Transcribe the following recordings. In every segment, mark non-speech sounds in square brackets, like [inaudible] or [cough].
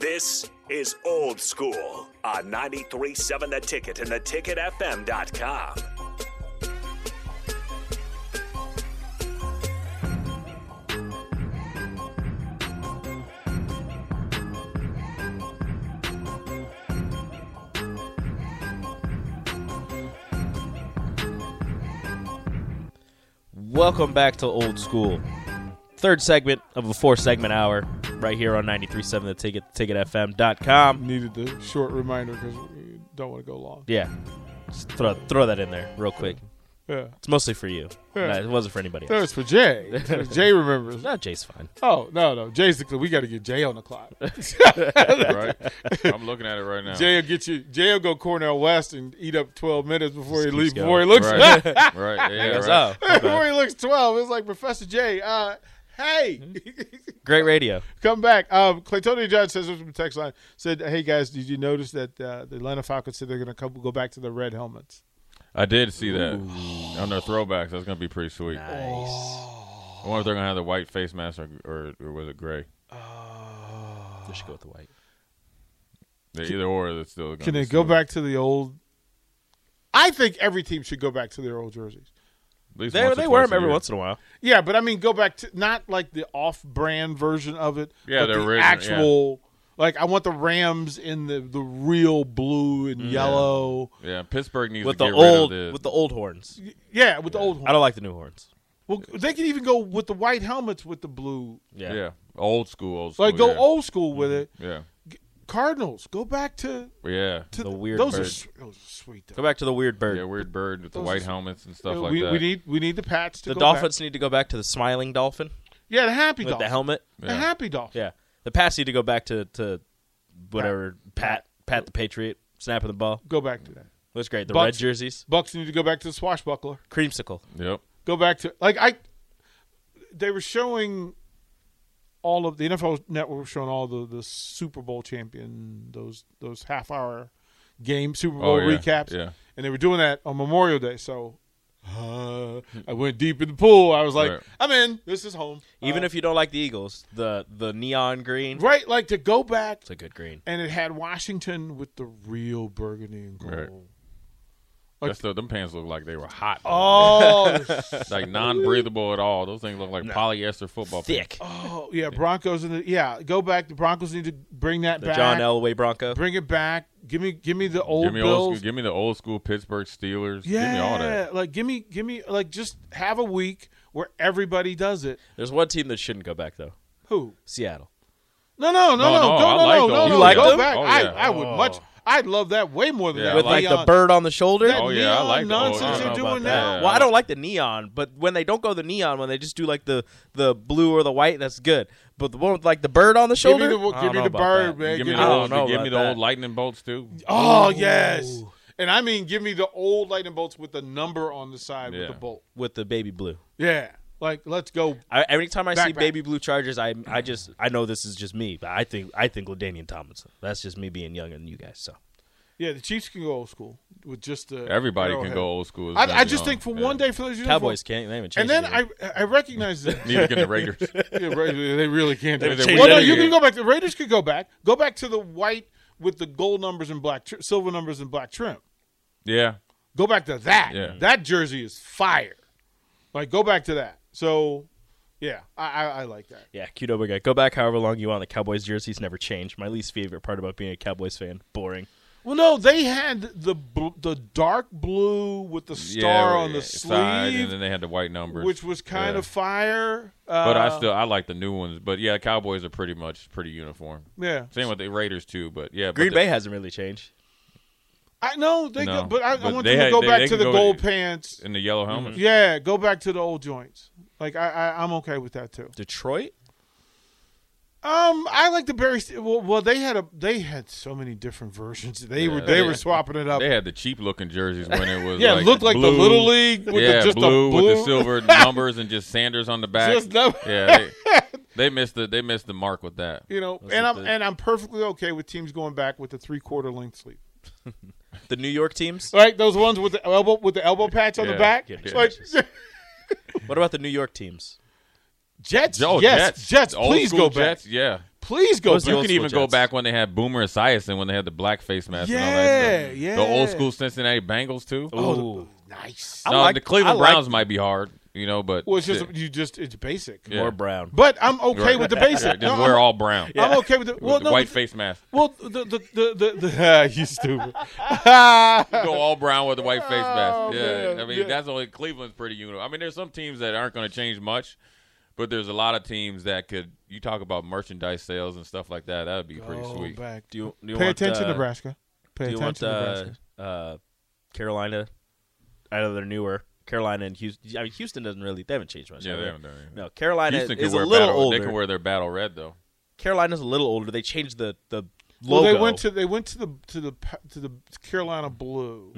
This is Old School on 93.7 The Ticket and theticketfm.com. Welcome back to Old School. Third segment of a four segment hour right here on 93.7 the ticket, ticketfm.com. Needed the short reminder because we don't want to go long. Yeah. Just throw, throw that in there real quick. Yeah. It's mostly for you. Yeah. No, it wasn't for anybody That else. was for Jay. [laughs] Jay remembers. No, Jay's fine. Oh, no, no. Jay's the clue. We got to get Jay on the clock. [laughs] right? [laughs] I'm looking at it right now. Jay will get you. Jay will go Cornell West and eat up 12 minutes before he keeps leaves. going. Before he looks. [laughs] right, [laughs] right, yeah, That's right. oh, my bad. before he looks 12. It's like, Professor Jay, uh, hey. Great radio. [laughs] Come back. Um, Claytonia John says this from the text line. Said, "Hey guys, did you notice that uh, the Atlanta Falcons said they're going to go back to the red helmets? I did see that on their throwbacks. That's gonna be pretty sweet. Nice. I wonder if they're gonna have the white face mask or or, or was it gray? They should go with the white. They- either or, it's still. Gonna Can be they go sweet. back to the old? I think every team should go back to their old jerseys. At least They, once or they wear twice them a every year. once in a while. Yeah, but I mean, go back to not like the off-brand version of it. Yeah, but the the original, actual. Like I want the Rams in the the real blue and yellow. Yeah, Pittsburgh needs With to the get old rid of with the old horns. Yeah, with the old I one. don't like the new horns. Well, they can even go with the white helmets with the blue. yeah. old school, old school. Like go Oh, yeah. old school with it. Yeah, Cardinals, go back to yeah, to The weird those bird. Are, s- those are sweet. Though. Go back to the weird bird. yeah. Weird bird with the Those white are- helmets and stuff like we, that. we need we need the Pats to the go back. Dolphins need to go back to the smiling dolphin Yeah, the happy with dolphin. the helmet. The Yeah. happy dolphin. Yeah. The Pats need to go back to, to whatever Pat Pat the Patriot snapping the ball. Go back to that. It was great. The red Bucks. jerseys, Bucks need to go back to the swashbuckler. creamsicle. yep. Go back to like I. They were showing all of the NFL Network was showing all the the Super Bowl champion those those half hour game Super Bowl Oh, yeah. recaps. Yeah. and they were doing that on Memorial Day. So. uh, I went deep in the pool. I was like, Right. "I'm in. This is home." Uh, Even if you don't like the Eagles, the the neon green. right, like to go back It's a good green. and it had Washington with the real burgundy and gold. Right. Like- That's the, them pants look like they were hot. [laughs] Oh, like non-breathable at all. Those things look like polyester football. pants. Thick. oh, yeah, Broncos and the yeah, go back. The Broncos need to bring that The back. John Elway Bronco. Bring it back. Give me, give me the old Give me Bills. old school. Give me the old school Pittsburgh Steelers. yeah, Give me all that. like give me, give me, like just have a week where everybody does it. There's one team that shouldn't go back though. Who? Seattle. No, no, no, No, no, no, go, I no, like no, the no, old- no. You like go them? back. Oh, I, yeah. I would much. I'd love that way more than Yeah, that. I With like the Leon- bird on the shoulder. That Oh, yeah, I like the neon old- nonsense I they're don't know doing about that. now. Yeah. Well, I don't like the neon, but when they don't go the neon, when they just do like the the blue or the white, that's good. But the one with like the bird on the Give shoulder, me the, I give don't me know the about bird, that. man. Give Give me I the don't old, know give me about the that. old lightning bolts too. Oh yes, and I mean, give me the old lightning bolts with the number on the side Yeah. with the bolt. with the baby blue. Yeah, like let's go. I, every time I Back, see back. baby blue Chargers, I I just I know this is just me, but I think I think Ladainian Tomlinson. That's just me being younger than you guys. So Yeah, the Chiefs can go old school with just the Everybody can arrowhead. go old school. It's I, gonna I be just on. think for Yeah. one day for those uniforms- Cowboys can't they haven't and changed then it. I I [laughs] recognize that Neither can [laughs] the Raiders. Yeah, right, they really can't. do They- it. they Well, no, win. you can go back. The Raiders could go back. Go back to the white with the gold numbers and black, tr- silver numbers and black trim. yeah, Go back to that. Yeah. That jersey is fire. Like go back to that. So, yeah, I I, I like that. yeah, Qdoba guy, go back however long you want. The Cowboys jerseys never change. My least favorite part about being a Cowboys fan, boring. Well, no, they had the bl- the dark blue with the star yeah, on the side, and sleeve, then they had the white numbers, which was kind Yeah. of fire. Uh, But I still I like the new ones. But yeah, Cowboys are pretty much pretty uniform. yeah, Same with the Raiders too. But yeah, Green but Bay the, hasn't really changed. I know they. No, go, but I, I but want they them to had- go they- back they to can the go to- gold pants. and the yellow helmets. Yeah, go back to the old joints. Like I, I I'm okay with that too. Detroit, Um, I like the Barry. St- Well, well, they had a they had so many different versions. They were Yeah, they they- were swapping it up. They had the cheap looking jerseys when it was Mm-hmm. yeah, like looked like blue. the little league with yeah, the, just blue, a blue with the silver [laughs] numbers and just Sanders on the back. Just no- yeah, they, [laughs] they missed the they missed the mark with that. You know, Those and are I'm the- and I'm perfectly okay with teams going back with the three quarter length sleeve. the New York teams. Right, those ones with the elbow with the elbow patch on the Yeah, back. yeah, like What about the New York teams? Jets, Oh, yes, [laughs] Jets, Old please Oh, school go back. Jets, yeah, Please go What was the back. old you can even school go Jets. back when they had Boomer Esiason when they had the black face mask. and all Yeah, that stuff. yeah. The old school Cincinnati Bengals too. Ooh. Oh, nice. I no, like- the Cleveland I like- Browns might be hard, you know, but Well, it's just shit. you just it's basic. Yeah. More brown. But I'm okay with the basic. Yeah, just No, wear I'm, all brown. I'm okay with the well, With the no, white but- face mask. Well, the the the the, [laughs] the ah, you stupid. yeah, Go all brown with a white face mask. Oh, Yeah, man, I mean yeah. that's only Cleveland's pretty uniform. I mean, there's some teams that aren't going to change much, but there's a lot of teams that could. You talk about merchandise sales and stuff like that. That would be pretty Go sweet. back. Do you, do you Pay want, attention, uh, Nebraska. Pay Do you want attention, uh, Nebraska. uh, Carolina? I know they're newer. Carolina and Houston. I mean, Houston doesn't really. They haven't changed much. Yeah, have they haven't done anything. No, Carolina Houston could is a wear little battle, older. They can wear their battle red though. Carolina's a little older. They changed the the Well, logo. they went to they went to the to the pa- to the Carolina blue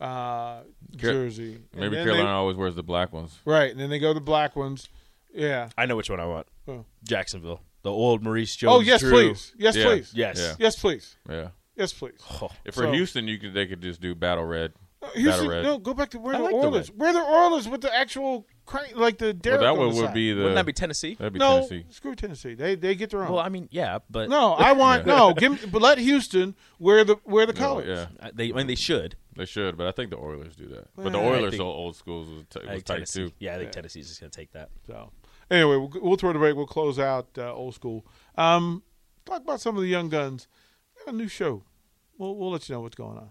uh, Car- jersey. And Maybe then Carolina always wears the black ones. They, right, and then they go to the black ones. Yeah. I know which one I want. Oh. Jacksonville. The old Maurice Jones. Oh yes, Drew. please. Yes, Yeah. please. Yes. Yeah. Yes, please. Yeah. Yes, please. Uh, Oh, If for So- Houston, you could they could just do battle red. Uh, Houston, Battle red. no, go back to where I the like the Oilers. where the Oilers with the actual crank, like the Well, Derrick. that on one the would side. be the. wouldn't that be Tennessee? that'd be no. Tennessee. Screw Tennessee. They they get their own. Well, I mean, yeah, [laughs] but no, I want Yeah. no. Give me- but let Houston wear the wear the No, colors. yeah, I- they. I mean, they should. they should, but I think the Oilers do that. But the Well, I Oilers, think- old- old schools, was, I t- was think tight Tennessee. too. Yeah, I think Tennessee's just gonna take that. So anyway, we'll, we'll throw the break. We'll close out uh, old school. Um, talk about some of the young guns. Got a new show. We'll we'll let you know what's going on.